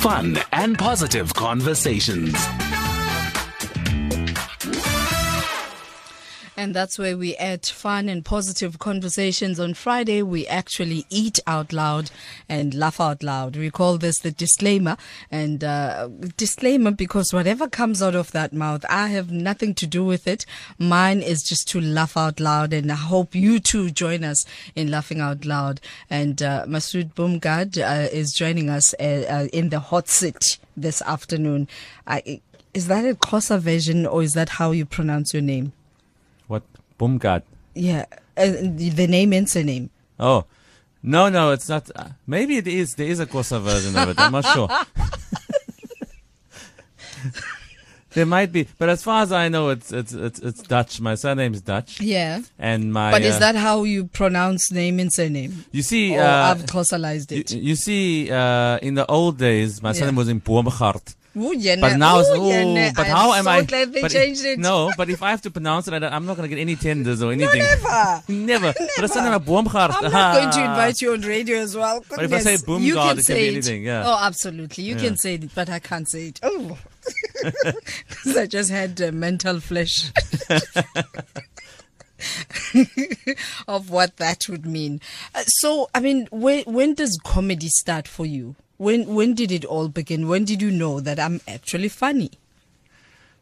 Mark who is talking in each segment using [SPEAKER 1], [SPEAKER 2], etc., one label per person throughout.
[SPEAKER 1] fun, and positive conversations.
[SPEAKER 2] And that's where we add fun and positive conversations. On Friday, we actually eat out loud and laugh out loud. We call this the disclaimer. And uh, disclaimer because whatever comes out of that mouth, I have nothing to do with it. Mine is just to laugh out loud. And I hope you too join us in laughing out loud. And uh, Masood Bumgad uh, is joining us uh, in the hot seat this afternoon. is that a Xhosa version or is that how you pronounce your name?
[SPEAKER 3] What? Boomgard.
[SPEAKER 2] Yeah, uh, the name and surname.
[SPEAKER 3] Oh, no, no, it's not. Uh, maybe it is. There is a Kosa version of it. I'm not sure. there might be, but as far as I know, it's it's it's, it's Dutch. My surname is Dutch.
[SPEAKER 2] Yeah.
[SPEAKER 3] And my.
[SPEAKER 2] But is
[SPEAKER 3] uh,
[SPEAKER 2] that how you pronounce name and surname?
[SPEAKER 3] You see,
[SPEAKER 2] Or
[SPEAKER 3] uh,
[SPEAKER 2] I've Xhosalized
[SPEAKER 3] you,
[SPEAKER 2] it.
[SPEAKER 3] you see, uh, in the old days, my surname
[SPEAKER 2] Yeah.
[SPEAKER 3] was in Boomgard.
[SPEAKER 2] Ooh, yeah,
[SPEAKER 3] But
[SPEAKER 2] nah.
[SPEAKER 3] now, it's,
[SPEAKER 2] Ooh, yeah,
[SPEAKER 3] ooh,
[SPEAKER 2] nah.
[SPEAKER 3] but
[SPEAKER 2] I'm
[SPEAKER 3] how am
[SPEAKER 2] so
[SPEAKER 3] I?
[SPEAKER 2] glad they
[SPEAKER 3] but
[SPEAKER 2] changed it.
[SPEAKER 3] No, but if I have to pronounce it, I don't- I'm not going to get any tenders or anything.
[SPEAKER 2] never.
[SPEAKER 3] never. But it's not a Ah. Boomgard.
[SPEAKER 2] I'm not going to invite you on radio as well.
[SPEAKER 3] But if I say
[SPEAKER 2] Goodness.
[SPEAKER 3] boom
[SPEAKER 2] you
[SPEAKER 3] guard,
[SPEAKER 2] can
[SPEAKER 3] it can
[SPEAKER 2] say
[SPEAKER 3] be anything, yeah.
[SPEAKER 2] Oh, absolutely. You can say it, but I can't say it. Oh. 'Cause I just had uh, mental flesh. of what that would mean. Uh, so, I mean, when when does comedy start for you? When when did it all begin? When did you know that I'm actually funny?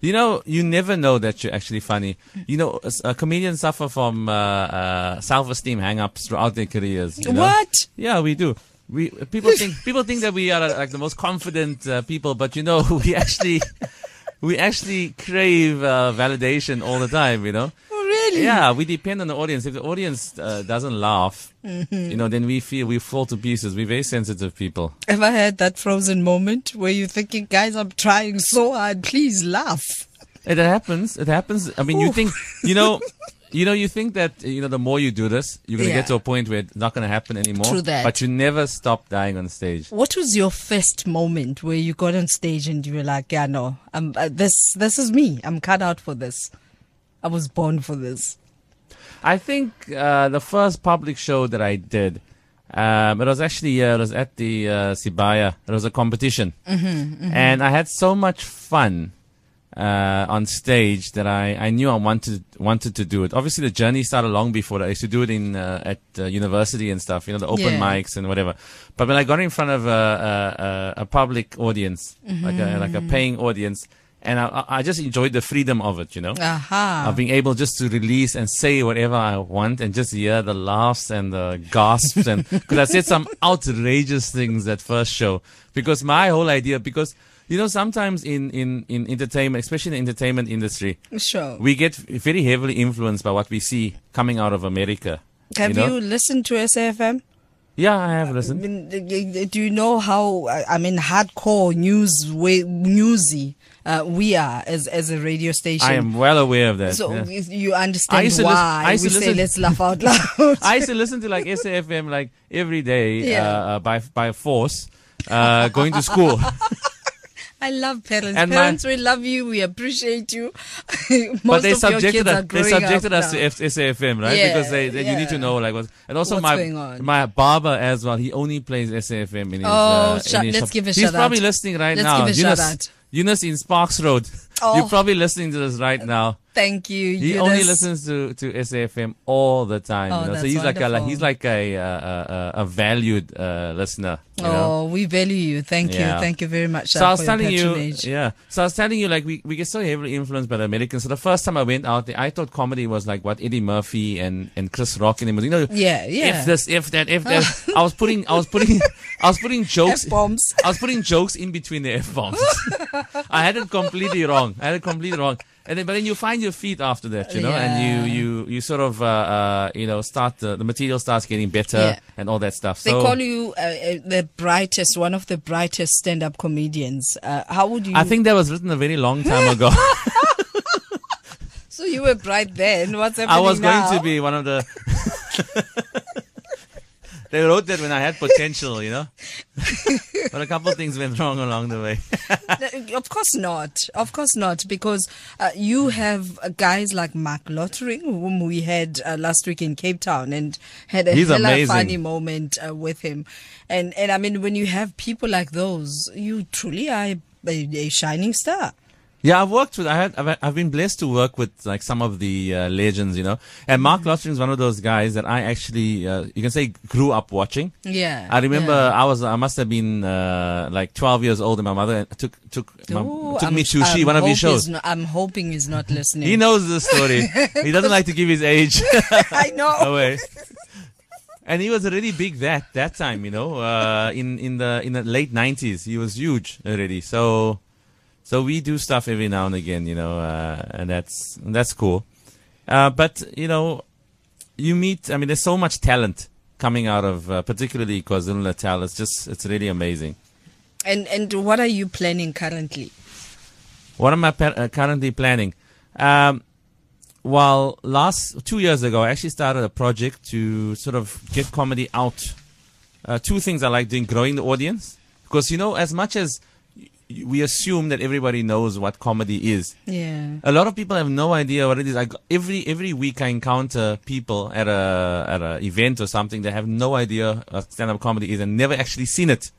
[SPEAKER 3] You know, you never know that you're actually funny. You know, s- uh, comedians suffer from uh, uh, self-esteem hang-ups throughout their careers. you know?
[SPEAKER 2] What?
[SPEAKER 3] Yeah, we do. We people think people think that we are uh, like the most confident uh, people, but you know, we actually we actually crave uh, validation all the time. You know.
[SPEAKER 2] Oh, really?
[SPEAKER 3] Yeah, we depend on the audience. If the audience uh, doesn't laugh,
[SPEAKER 2] Mm-hmm.
[SPEAKER 3] you know, then we feel we fall to pieces. We're very sensitive people.
[SPEAKER 2] Have I had that frozen moment where you're thinking, guys, I'm trying so hard, please laugh?
[SPEAKER 3] It happens. It happens. I mean, you
[SPEAKER 2] Oof.
[SPEAKER 3] think, you know, you know, you think that you know. The more you do this, you're gonna
[SPEAKER 2] Yeah.
[SPEAKER 3] get to a point where it's not gonna happen anymore.
[SPEAKER 2] True that.
[SPEAKER 3] But you never stop dying on stage.
[SPEAKER 2] What was your first moment where you got on stage and you were like, yeah, no, I'm, uh, this, this is me. I'm cut out for this. I was born for this.
[SPEAKER 3] I think uh, the first public show that I did, um, it was actually uh, it was at the uh, Sibaya. It was a competition, mm-hmm, and I had so much fun uh, on stage that I, I knew I wanted wanted to do it. Obviously, the journey started long before that. I used to do it in uh, at uh, university and stuff, you know, the open
[SPEAKER 2] Yeah.
[SPEAKER 3] mics and whatever. But when I got in front of a a, a, a public audience, like a like a paying audience. And I, I- I just enjoyed the freedom of it, you know
[SPEAKER 2] Aha.
[SPEAKER 3] of being able just to release and say whatever I want and just hear the laughs and the gasps and because I said some outrageous things that first show because my whole idea because you know sometimes in in in entertainment especially in the entertainment industry
[SPEAKER 2] Sure.
[SPEAKER 3] we get very heavily influenced by what we see coming out of America.
[SPEAKER 2] Have you,
[SPEAKER 3] know? Hmm?
[SPEAKER 2] listened to SAFM?
[SPEAKER 3] Yeah, I have
[SPEAKER 2] I
[SPEAKER 3] listened.
[SPEAKER 2] mean, uh, uh, do you know how, uh, I mean, hardcore news, way, newsy uh, we are as, as a radio station?
[SPEAKER 3] I am well aware of that.
[SPEAKER 2] So
[SPEAKER 3] yeah.
[SPEAKER 2] if you
[SPEAKER 3] I
[SPEAKER 2] understand
[SPEAKER 3] used to listen- I
[SPEAKER 2] why
[SPEAKER 3] used
[SPEAKER 2] we
[SPEAKER 3] to
[SPEAKER 2] say
[SPEAKER 3] listen-
[SPEAKER 2] let's laugh out loud.
[SPEAKER 3] I used to listen to like SAFM like every day
[SPEAKER 2] Yeah.
[SPEAKER 3] uh, uh, by by force uh, going to school.
[SPEAKER 2] I love parents.
[SPEAKER 3] And my-
[SPEAKER 2] parents, we love you. We appreciate you. Most
[SPEAKER 3] but they
[SPEAKER 2] of your
[SPEAKER 3] subjected
[SPEAKER 2] kids are
[SPEAKER 3] us. They
[SPEAKER 2] growing
[SPEAKER 3] subjected
[SPEAKER 2] up
[SPEAKER 3] us
[SPEAKER 2] now.
[SPEAKER 3] to F- SAFM, right?
[SPEAKER 2] Yeah,
[SPEAKER 3] because they, they you need to
[SPEAKER 2] yeah.
[SPEAKER 3] know like what. And also
[SPEAKER 2] What's
[SPEAKER 3] my
[SPEAKER 2] going on?
[SPEAKER 3] my barber as well. He only plays SAFM in his.
[SPEAKER 2] Oh,
[SPEAKER 3] uh,
[SPEAKER 2] shout-
[SPEAKER 3] in his
[SPEAKER 2] let's
[SPEAKER 3] shop.
[SPEAKER 2] give a
[SPEAKER 3] He's
[SPEAKER 2] shout out.
[SPEAKER 3] probably listening right
[SPEAKER 2] Let's
[SPEAKER 3] now.
[SPEAKER 2] give a shout
[SPEAKER 3] Eunice,
[SPEAKER 2] out.
[SPEAKER 3] Eunice in Sparks Road.
[SPEAKER 2] Oh.
[SPEAKER 3] You're probably listening to this right now.
[SPEAKER 2] Thank you.
[SPEAKER 3] He
[SPEAKER 2] Eunice.
[SPEAKER 3] only listens to, to SAFM all the time.
[SPEAKER 2] Oh,
[SPEAKER 3] you know? so
[SPEAKER 2] that's
[SPEAKER 3] he's like a like,
[SPEAKER 2] wonderful.
[SPEAKER 3] he's like a uh, uh, uh, a valued uh, listener. You know?
[SPEAKER 2] Oh, we value you. Thank you.
[SPEAKER 3] Yeah.
[SPEAKER 2] Thank you very much.
[SPEAKER 3] So
[SPEAKER 2] Shah,
[SPEAKER 3] I was
[SPEAKER 2] for your
[SPEAKER 3] telling you,
[SPEAKER 2] patronage.
[SPEAKER 3] yeah. So I was telling you, like we, we get so heavily influenced by the Americans. So the first time I went out there, I thought comedy was like what Eddie Murphy and, and Chris Rock and them, you know,
[SPEAKER 2] Yeah, yeah.
[SPEAKER 3] if this, if that, if that. I was putting, I was putting, I was putting jokes.
[SPEAKER 2] F-bombs.
[SPEAKER 3] I was putting jokes in between the f bombs. I had it completely wrong. I had it completely wrong. And then, but then you find your feet after that, you know, and you, you, you sort of, uh, uh, you know, start the, the material starts getting better
[SPEAKER 2] Yeah.
[SPEAKER 3] and all that stuff.
[SPEAKER 2] They
[SPEAKER 3] so
[SPEAKER 2] call you uh, uh, the brightest, one of the brightest stand-up comedians. Uh, how would you?
[SPEAKER 3] I think that was written a very long time ago.
[SPEAKER 2] so. You were bright then. What's happening
[SPEAKER 3] I was
[SPEAKER 2] now?
[SPEAKER 3] going to be one of the. They wrote that when I had potential, you know. but a couple of things went wrong along the way.
[SPEAKER 2] Uh, Of course not. Of course not, because uh, you have uh, guys like Mark Lottering, whom we had uh, last week in Cape Town, and had a
[SPEAKER 3] He's
[SPEAKER 2] hella
[SPEAKER 3] amazing.
[SPEAKER 2] funny moment uh, with him. And and I mean, when you have people like those, you truly are a, a shining star.
[SPEAKER 3] Yeah, I've worked with. I had. I've, I've been blessed to work with like some of the uh, legends, you know. And Mark
[SPEAKER 2] Mm-hmm.
[SPEAKER 3] Lostring is one of those guys that I actually, uh, you can say, grew up watching.
[SPEAKER 2] Yeah,
[SPEAKER 3] I remember
[SPEAKER 2] yeah.
[SPEAKER 3] I was. I must have been uh, like 12 years old, and my mother took took my,
[SPEAKER 2] Ooh,
[SPEAKER 3] took
[SPEAKER 2] I'm-
[SPEAKER 3] me to she
[SPEAKER 2] I'm
[SPEAKER 3] one of his
[SPEAKER 2] hope he's
[SPEAKER 3] shows.
[SPEAKER 2] no- I'm hoping he's not listening.
[SPEAKER 3] He knows this story. he doesn't like to give his age
[SPEAKER 2] I know.
[SPEAKER 3] away. And he was already big that that time, you know, uh, in in the in the late nineties, he was huge already. So, so we do stuff every now and again, you know, uh, and that's that's cool. Uh, but you know, you meet. I mean, there's so much talent coming out of, uh, particularly KwaZulu Natal. It's just it's really amazing.
[SPEAKER 2] And and what are you planning currently?
[SPEAKER 3] What am I pa- uh, currently planning? Um, well, last two years ago, I actually started a project to sort of get comedy out. Uh, two things I like doing: growing the audience, because you know, as much as y- y- we assume that everybody knows what comedy is,
[SPEAKER 2] Yeah.
[SPEAKER 3] a lot of people have no idea what it is. I g every every week, I encounter people at a at a event or something that have no idea what stand up comedy is and never actually seen it.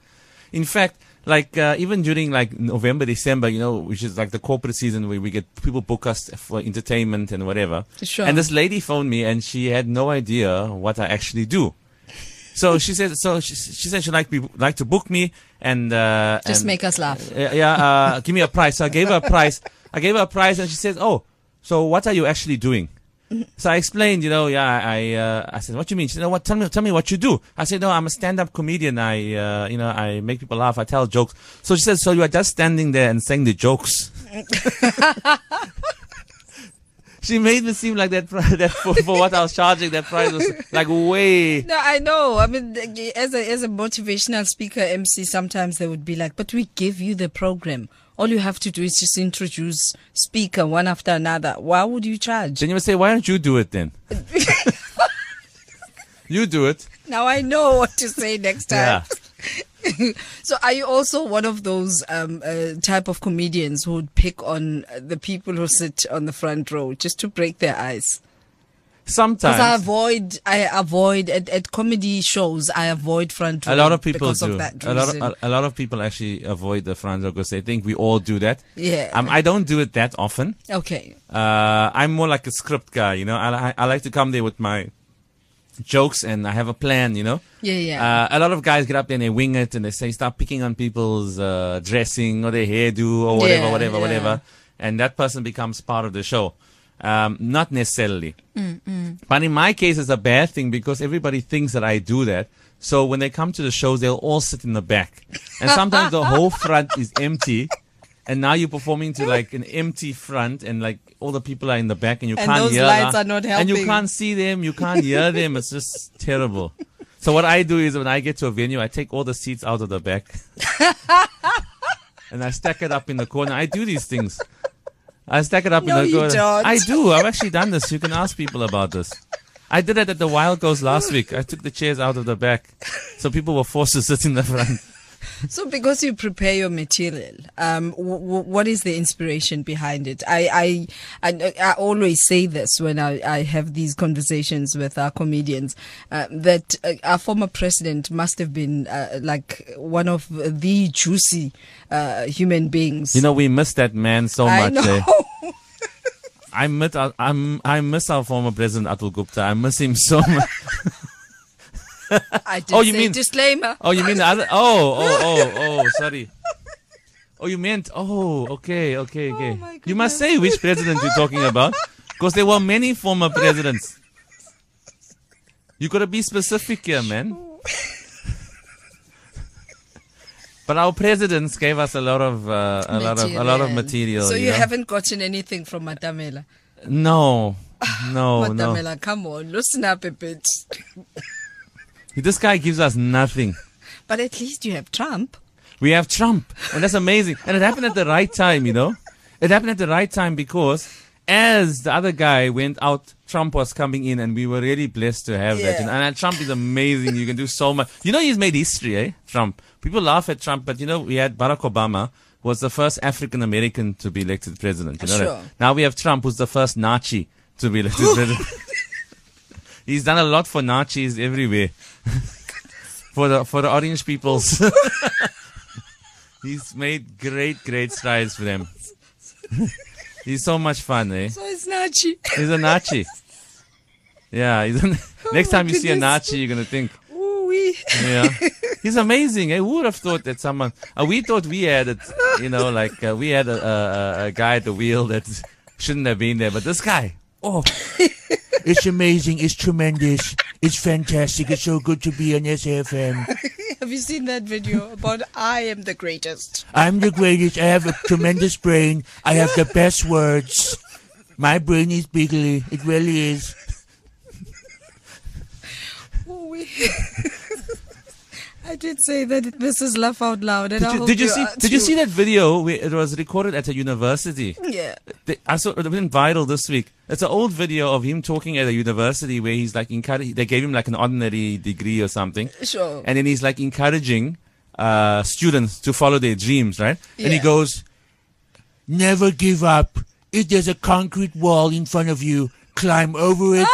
[SPEAKER 3] In fact, like uh, even during like November, December, you know, which is like the corporate season where we get people book us for entertainment and whatever.
[SPEAKER 2] Sure.
[SPEAKER 3] And this lady phoned me and she had no idea what I actually do. So she said, so she, she said she like be like to book me and uh,
[SPEAKER 2] Just
[SPEAKER 3] and-
[SPEAKER 2] make us laugh.
[SPEAKER 3] yeah, yeah uh, give me a price. So I gave her a price. I gave her a price, and she says, "Oh, so what are you actually doing?" So I explained, you know, yeah, I, uh, I said, "What do you mean?" She said, "No, what? Tell me, tell me what you do." I said, "No, I'm a stand-up comedian. I, uh, you know, I make people laugh. I tell jokes." So she says, "So you are just standing there and saying the jokes." she made me seem like that, pri- that for, for what I was charging, that price was like way.
[SPEAKER 2] No, I know. I mean, th- as a as a motivational speaker, MC, sometimes they would be like, "But we give you the program. All you have to do is just introduce speaker one after another. Why would you charge?"
[SPEAKER 3] Then you would say, "Why don't you do it then?" you do it.
[SPEAKER 2] Now I know what to say next
[SPEAKER 3] Yeah.
[SPEAKER 2] time. So, are you also one of those um, uh, type of comedians who would pick on uh, the people who sit on the front row just to break their ice?
[SPEAKER 3] Sometimes
[SPEAKER 2] Because I avoid, I avoid at, at comedy shows, I avoid front row.
[SPEAKER 3] a lot of people
[SPEAKER 2] because
[SPEAKER 3] do.
[SPEAKER 2] Of that
[SPEAKER 3] a lot of,
[SPEAKER 2] reason.
[SPEAKER 3] a, a lot of people actually avoid the front row because they think we all do that.
[SPEAKER 2] Yeah.
[SPEAKER 3] Um, I don't do it that often.
[SPEAKER 2] okay.
[SPEAKER 3] Uh, I'm more like a script guy, you know. I, li- I like to come there with my jokes and I have a plan, you know.
[SPEAKER 2] Yeah, yeah.
[SPEAKER 3] Uh, a lot of guys get up there and they wing it and they say start picking on people's uh, dressing or their hairdo or whatever,
[SPEAKER 2] Yeah,
[SPEAKER 3] whatever,
[SPEAKER 2] yeah.
[SPEAKER 3] whatever, and that person becomes part of the show. Um, not necessarily, but in my case, it's a bad thing because everybody thinks that I do that. So when they come to the shows, they'll all sit in the back, and sometimes the whole front is empty. And now you're performing to like an empty front, and like all the people are in the back, and you
[SPEAKER 2] And
[SPEAKER 3] can't
[SPEAKER 2] those
[SPEAKER 3] hear
[SPEAKER 2] lights
[SPEAKER 3] la-
[SPEAKER 2] are not
[SPEAKER 3] And you
[SPEAKER 2] helping.
[SPEAKER 3] can't see them, you can't hear them. It's just terrible. So what I do is when I get to a venue, I take all the seats out of the back, and I stack it up in the corner. I do these things. I stack it up
[SPEAKER 2] No,
[SPEAKER 3] in the
[SPEAKER 2] you
[SPEAKER 3] corner.
[SPEAKER 2] don't.
[SPEAKER 3] I do. I've actually done this. You can ask people about this. I did it at the Wild Goes last week. I took the chairs out of the back, so people were forced to sit in the front.
[SPEAKER 2] So, because you prepare your material, um, w- w- what is the inspiration behind it? I, I, I, I always say this when I, I have these conversations with our comedians uh, that uh, our former president must have been uh, like one of the juicy uh, human beings.
[SPEAKER 3] You know, we miss that man so
[SPEAKER 2] I
[SPEAKER 3] much. eh?
[SPEAKER 2] know.
[SPEAKER 3] I miss our, I'm, I miss our former president Atul Gupta. I miss him so much.
[SPEAKER 2] I did
[SPEAKER 3] Oh, you
[SPEAKER 2] say
[SPEAKER 3] mean-
[SPEAKER 2] disclaimer?
[SPEAKER 3] Oh, you mean the other? Oh, oh, oh, oh. Sorry. Oh, you meant? Oh, okay, okay, okay.
[SPEAKER 2] my
[SPEAKER 3] you must say which president you're talking about, because there were many former presidents. You gotta be specific here, man. But our presidents gave us a lot of uh, a lot of a lot of material.
[SPEAKER 2] So you,
[SPEAKER 3] you know?
[SPEAKER 2] haven't gotten anything from Matamela.
[SPEAKER 3] No, no, Oh, no.
[SPEAKER 2] Matamela, come on, loosen up a bit.
[SPEAKER 3] This guy gives us nothing.
[SPEAKER 2] But at least you have Trump.
[SPEAKER 3] We have Trump, and that's amazing. And it happened at the right time, you know. It happened at the right time because as the other guy went out, Trump was coming in, and we were really blessed to have that.
[SPEAKER 2] Yeah.
[SPEAKER 3] You know? And uh, Trump is amazing. you can do so much. You know, he's made history, eh? Trump. People laugh at Trump, but you know, we had Barack Obama. Was the first African American to be elected president. You know
[SPEAKER 2] Sure.
[SPEAKER 3] that? Now we have Trump, who's the first Nazi to be elected president. He's done a lot for Nazis everywhere. for the for the orange peoples. He's made great, great strides for them. He's so much fun, eh?
[SPEAKER 2] So it's Nachi.
[SPEAKER 3] He's a Nazi. Yeah. He's a, next
[SPEAKER 2] Oh my
[SPEAKER 3] time you see a
[SPEAKER 2] goodness.
[SPEAKER 3] Nazi, you're gonna think,
[SPEAKER 2] Ooh wee.
[SPEAKER 3] yeah, he's amazing. Eh? Who would have thought that someone? Uh, we thought we had it. You know, like uh, we had a, a, a- a guy at the wheel that shouldn't have been there, but this guy.
[SPEAKER 4] Oh, it's amazing. It's tremendous. It's fantastic. It's so good to be on SFM.
[SPEAKER 2] Have you seen that video about I am the greatest?
[SPEAKER 4] I'm the greatest. I have a tremendous brain. I have the best words. My brain is bigly. It really is.
[SPEAKER 2] Ooh wee. I did say that this is laugh out loud, and
[SPEAKER 3] Did
[SPEAKER 2] I
[SPEAKER 3] you,
[SPEAKER 2] hope
[SPEAKER 3] did you
[SPEAKER 2] you
[SPEAKER 3] see?
[SPEAKER 2] are
[SPEAKER 3] Did you
[SPEAKER 2] too.
[SPEAKER 3] see that video? Where it was recorded at a university.
[SPEAKER 2] Yeah.
[SPEAKER 3] They- I saw it went viral this week. It's an old video of him talking at a university where he's like encouraging. They gave him like an ordinary degree or something,
[SPEAKER 2] Sure.
[SPEAKER 3] and then he's like encouraging uh, students to follow their dreams, right? And he
[SPEAKER 2] Yeah.
[SPEAKER 3] goes,
[SPEAKER 4] Never give up. If there's a concrete wall in front of you, climb over it,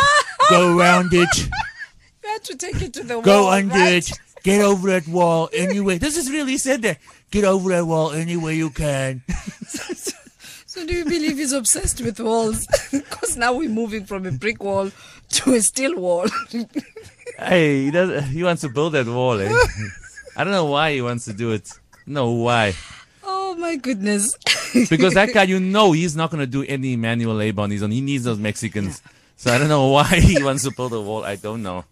[SPEAKER 4] go around it,
[SPEAKER 2] You had to take it to the
[SPEAKER 4] go
[SPEAKER 2] wall,
[SPEAKER 4] under
[SPEAKER 2] right?
[SPEAKER 4] it, get over that wall anyway.
[SPEAKER 3] "This is really said that."
[SPEAKER 4] Get over that wall any way you can.
[SPEAKER 2] So do you believe he's obsessed with walls? Because now we're moving from a brick wall to a steel wall.
[SPEAKER 3] Hey, he, does, he wants to build that wall. Eh? I don't know why he wants to do it. No, why?
[SPEAKER 2] oh my goodness.
[SPEAKER 3] Because that guy, you know, he's not going to do any manual labor on his own. He needs those Mexicans. So I don't know why he wants to build a wall. I don't know.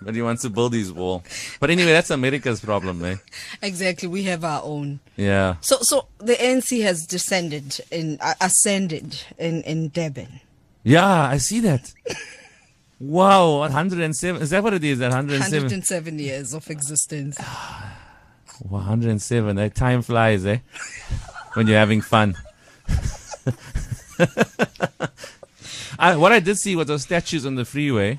[SPEAKER 3] But he wants to build his wall. But anyway, that's America's problem, eh?
[SPEAKER 2] exactly, we have our own.
[SPEAKER 3] Yeah.
[SPEAKER 2] So so the ANC has descended in uh, ascended in in Durban.
[SPEAKER 3] Yeah, I see that. Wow, 107. Is that what it is? That 107?
[SPEAKER 2] 107 years of existence.
[SPEAKER 3] Wow, 107. Eh? Time flies, eh? When you're having fun. I, what I did see was those statues on the freeway.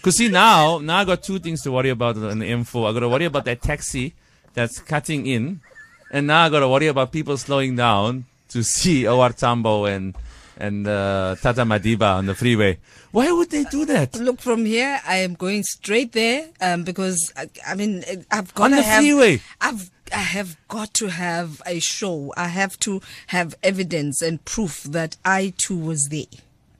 [SPEAKER 3] Cause see now, now I got two things to worry about on the M4. I got to worry about that taxi that's cutting in, and now I got to worry about people slowing down to see Owar Tambo and and uh, Tata Madiba on the freeway. Why would they do that?
[SPEAKER 2] Look from here. I am going straight there um, because I, I mean I- I've got
[SPEAKER 3] On
[SPEAKER 2] to
[SPEAKER 3] the
[SPEAKER 2] have.
[SPEAKER 3] freeway.
[SPEAKER 2] I've I have got to have a show. I have to have evidence and proof that I too was there.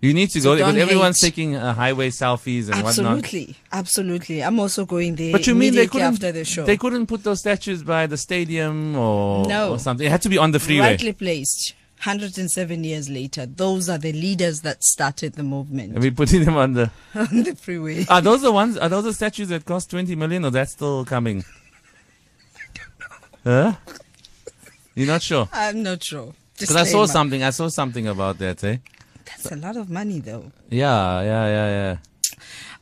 [SPEAKER 3] You need to go there,
[SPEAKER 2] don't
[SPEAKER 3] because everyone's
[SPEAKER 2] hate.
[SPEAKER 3] taking uh, highway selfies and whatnot.
[SPEAKER 2] Absolutely, absolutely. I'm also going there.
[SPEAKER 3] But you mean they
[SPEAKER 2] immediately
[SPEAKER 3] couldn't
[SPEAKER 2] after the show?
[SPEAKER 3] they couldn't put those statues by the stadium or,
[SPEAKER 2] No.
[SPEAKER 3] or something. It had to be on the freeway.
[SPEAKER 2] rightly placed. 107 years later, those are the leaders that started the movement
[SPEAKER 3] And we putting them on the
[SPEAKER 2] on the freeway.
[SPEAKER 3] Are those the ones are those the statues that cost twenty million or that's still coming? Huh? You're not sure?
[SPEAKER 2] I'm not sure.
[SPEAKER 3] Because I saw
[SPEAKER 2] Disclaimer.
[SPEAKER 3] something I saw something about that, eh?
[SPEAKER 2] That's a lot of money, though.
[SPEAKER 3] Yeah, yeah, yeah, yeah.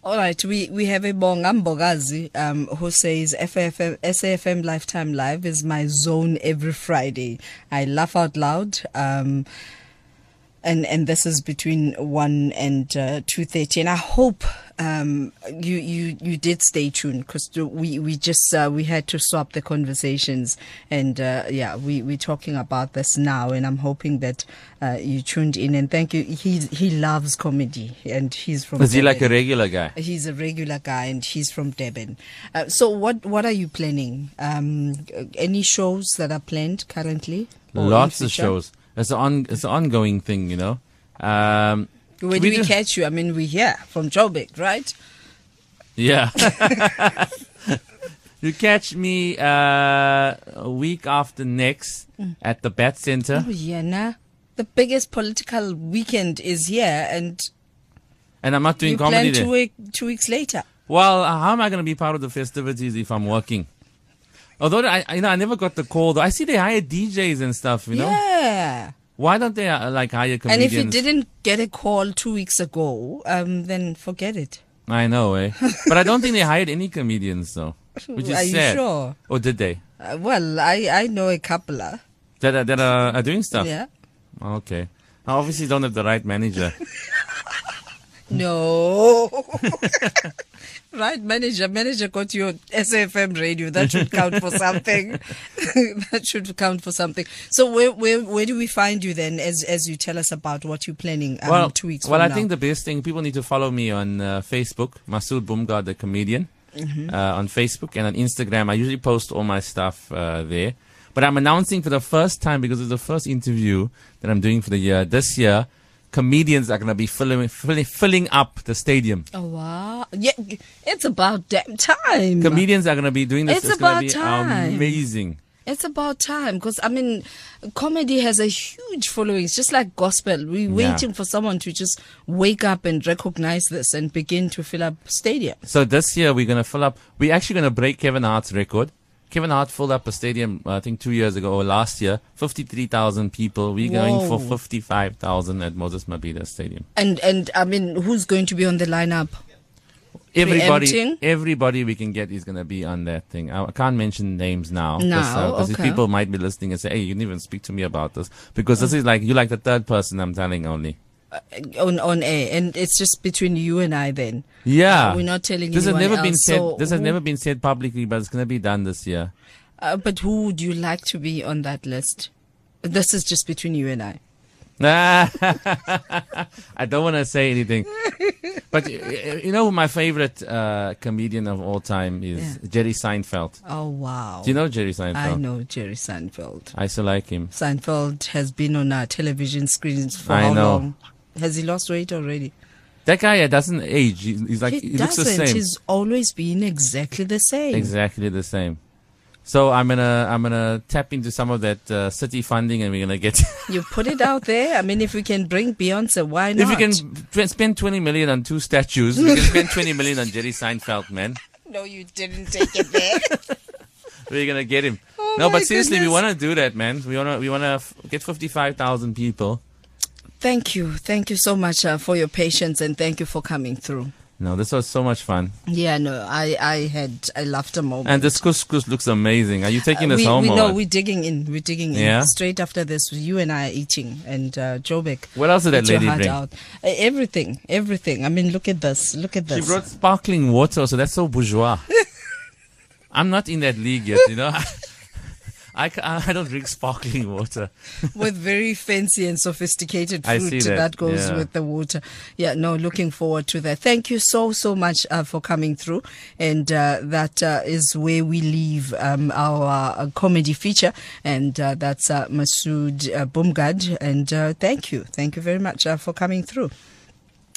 [SPEAKER 2] All right, we, we have a Bonga Mbogazi um, who says FFM, SAFM Lifetime Live is my zone every Friday. I laugh out loud. Um, and, and this is between 1 and uh, 2.30 and i hope um, you, you, you did stay tuned because we, we just uh, we had to swap the conversations and uh, yeah we, we're talking about this now and i'm hoping that uh, you tuned in and thank you he, he loves comedy and he's from
[SPEAKER 3] Is he like
[SPEAKER 2] Durban.
[SPEAKER 3] a regular guy?
[SPEAKER 2] He's a regular guy, and he's from Durban. Uh, so, what what are you planning? Um, uh, any shows that are planned currently? or in
[SPEAKER 3] Lots of
[SPEAKER 2] future?
[SPEAKER 3] shows. It's an on it's an ongoing thing, you know. Um
[SPEAKER 2] Where do we, catch you? I mean, we're here from Joburg, right?
[SPEAKER 3] Yeah. you catch me uh, a week after next
[SPEAKER 2] Mm.
[SPEAKER 3] at the Bat Center.
[SPEAKER 2] Oh, yeah, nah. The biggest political weekend is here, and
[SPEAKER 3] And I'm not doing
[SPEAKER 2] you
[SPEAKER 3] comedy
[SPEAKER 2] plan
[SPEAKER 3] there.
[SPEAKER 2] two week, two weeks later.
[SPEAKER 3] Well, uh, how am I going to be part of the festivities if I'm working? Although, I, I- you know, I never got the call. Though. I see they hire DJs and stuff, you know.
[SPEAKER 2] Yeah.
[SPEAKER 3] Why don't they, uh, like, hire
[SPEAKER 2] And
[SPEAKER 3] comedians?
[SPEAKER 2] if you didn't get a call two weeks ago, um, then forget it.
[SPEAKER 3] I know, eh? but I don't think they hired any comedians, though. Which is
[SPEAKER 2] Are you
[SPEAKER 3] sad.
[SPEAKER 2] sure?
[SPEAKER 3] Or did they?
[SPEAKER 2] Uh, well, I, I know a couple. uh,
[SPEAKER 3] That, are- that are, are doing stuff?
[SPEAKER 2] Yeah.
[SPEAKER 3] Okay. I obviously don't have the right manager.
[SPEAKER 2] No. right, manager. Manager got your SAFM radio. That should count for something. that should count for something. So where, where where do we find you then as as you tell us about what you're planning um,
[SPEAKER 3] well,
[SPEAKER 2] two weeks
[SPEAKER 3] well, I
[SPEAKER 2] from now?
[SPEAKER 3] think the best thing people need to follow me on uh, Facebook, Masood Bumgard, the comedian,
[SPEAKER 2] Mm-hmm.
[SPEAKER 3] uh, on Facebook and on Instagram. I usually post all my stuff uh, there. But I'm announcing for the first time because it's the first interview that I'm doing for the year. This year, comedians are going to be filling, filling filling up the stadium.
[SPEAKER 2] Oh wow! Yeah, it's about damn time.
[SPEAKER 3] Comedians are going to be doing this.
[SPEAKER 2] It's
[SPEAKER 3] going
[SPEAKER 2] about
[SPEAKER 3] to be
[SPEAKER 2] time.
[SPEAKER 3] amazing.
[SPEAKER 2] It's about time because I mean, comedy has a huge following. It's just like gospel. We're
[SPEAKER 3] Yeah.
[SPEAKER 2] waiting for someone to just wake up and recognize this and begin to fill up stadiums.
[SPEAKER 3] So this year we're gonna fill up. We're actually gonna break Kevin Hart's record. Kevin Hart filled up a stadium, uh, I think, two years ago or last year, fifty-three thousand people. We're going for
[SPEAKER 2] Whoa.
[SPEAKER 3] fifty-five thousand at Moses Mabhida Stadium.
[SPEAKER 2] And and I mean, who's going to be on the lineup?
[SPEAKER 3] Everybody,
[SPEAKER 2] Preempting?
[SPEAKER 3] everybody we can get is gonna be on that thing. I, I can't mention names now
[SPEAKER 2] Now,
[SPEAKER 3] because
[SPEAKER 2] okay.
[SPEAKER 3] people might be listening and say, "Hey, you didn't even speak to me about this," because this is like you're like the third person I'm telling only.
[SPEAKER 2] on on air, and it's just between you and I. Then
[SPEAKER 3] Yeah,
[SPEAKER 2] Uh, we're not telling
[SPEAKER 3] This has
[SPEAKER 2] anyone
[SPEAKER 3] never been
[SPEAKER 2] else,
[SPEAKER 3] said.
[SPEAKER 2] so
[SPEAKER 3] this has
[SPEAKER 2] who-
[SPEAKER 3] never been said publicly, but it's gonna be done this year.
[SPEAKER 2] uh, but who would you like to be on that list? This is just between you and I.
[SPEAKER 3] I don't want to say anything. But y- y- you know, who my favorite uh, comedian of all time is
[SPEAKER 2] Yeah.
[SPEAKER 3] Jerry Seinfeld.
[SPEAKER 2] Oh wow!
[SPEAKER 3] Do you know Jerry Seinfeld?
[SPEAKER 2] I know Jerry Seinfeld.
[SPEAKER 3] I still like him.
[SPEAKER 2] Seinfeld has been on our television screens for
[SPEAKER 3] I
[SPEAKER 2] how
[SPEAKER 3] know.
[SPEAKER 2] long? Has he lost weight already?
[SPEAKER 3] That guy uh, doesn't age. He- He's like, he,
[SPEAKER 2] he
[SPEAKER 3] looks the
[SPEAKER 2] doesn't.
[SPEAKER 3] same.
[SPEAKER 2] He's always been exactly the same.
[SPEAKER 3] Exactly the same. So I'm gonna I'm gonna tap into some of that uh, city funding, and we're gonna get.
[SPEAKER 2] You put it out there. I mean, if we can bring Beyonce, why
[SPEAKER 3] if
[SPEAKER 2] not?
[SPEAKER 3] you can tw- spend 20 million on two statues, you can spend 20 million on Jerry Seinfeld, man.
[SPEAKER 2] No, you didn't take it there.
[SPEAKER 3] We're gonna get him.
[SPEAKER 2] Oh
[SPEAKER 3] no,
[SPEAKER 2] my
[SPEAKER 3] but seriously, we
[SPEAKER 2] goodness.
[SPEAKER 3] wanna do that, man. We wanna we wanna f- get fifty five thousand people.
[SPEAKER 2] thank you, thank you so much uh, for your patience and thank you for coming through.
[SPEAKER 3] No, this was so much fun.
[SPEAKER 2] Yeah, no, I I had I laughed a moment.
[SPEAKER 3] And this couscous looks amazing. Are you taking
[SPEAKER 2] Uh,
[SPEAKER 3] this
[SPEAKER 2] we,
[SPEAKER 3] home
[SPEAKER 2] we
[SPEAKER 3] or
[SPEAKER 2] know
[SPEAKER 3] what?
[SPEAKER 2] we're digging in. We're digging in.
[SPEAKER 3] Yeah?
[SPEAKER 2] Straight after this, you and I are eating, and uh, Jobek.
[SPEAKER 3] What else did that
[SPEAKER 2] get your
[SPEAKER 3] lady
[SPEAKER 2] heart
[SPEAKER 3] bring?
[SPEAKER 2] out. Uh, everything, everything. I mean, look at this. Look at
[SPEAKER 3] She
[SPEAKER 2] this.
[SPEAKER 3] brought sparkling water, so that's so bourgeois. I'm not in that league yet, you know. I, ca- I don't drink sparkling water.
[SPEAKER 2] with very fancy and sophisticated
[SPEAKER 3] I
[SPEAKER 2] fruit
[SPEAKER 3] see
[SPEAKER 2] that,
[SPEAKER 3] that,
[SPEAKER 2] goes
[SPEAKER 3] yeah.
[SPEAKER 2] with the water. Yeah, no, looking forward to that. Thank you so, so much uh, for coming through. And uh, that uh, is where we leave um, our uh, comedy feature. And uh, that's uh, Masood uh, Bumgad. And uh, thank you. Thank you very much uh, for coming through.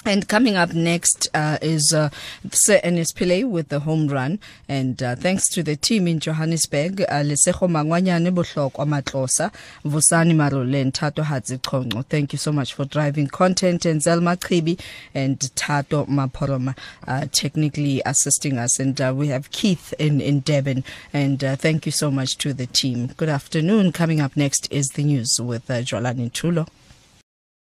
[SPEAKER 2] And coming up next uh, is uh, Sir Ernest Pillay with the home run. And uh, thanks to the team in Johannesburg, uh, Lesego Mangwanyane Bohlokwa Matlosa, Vusani Marole and Tato Hadzikongo. Thank you so much for driving content. And Zelma Kribi and Tato Maporoma uh, technically assisting us. And uh, we have Keith in, in Deben. And uh, thank you so much to the team. Good afternoon. Coming up next is the news with uh, Jolani Tulo.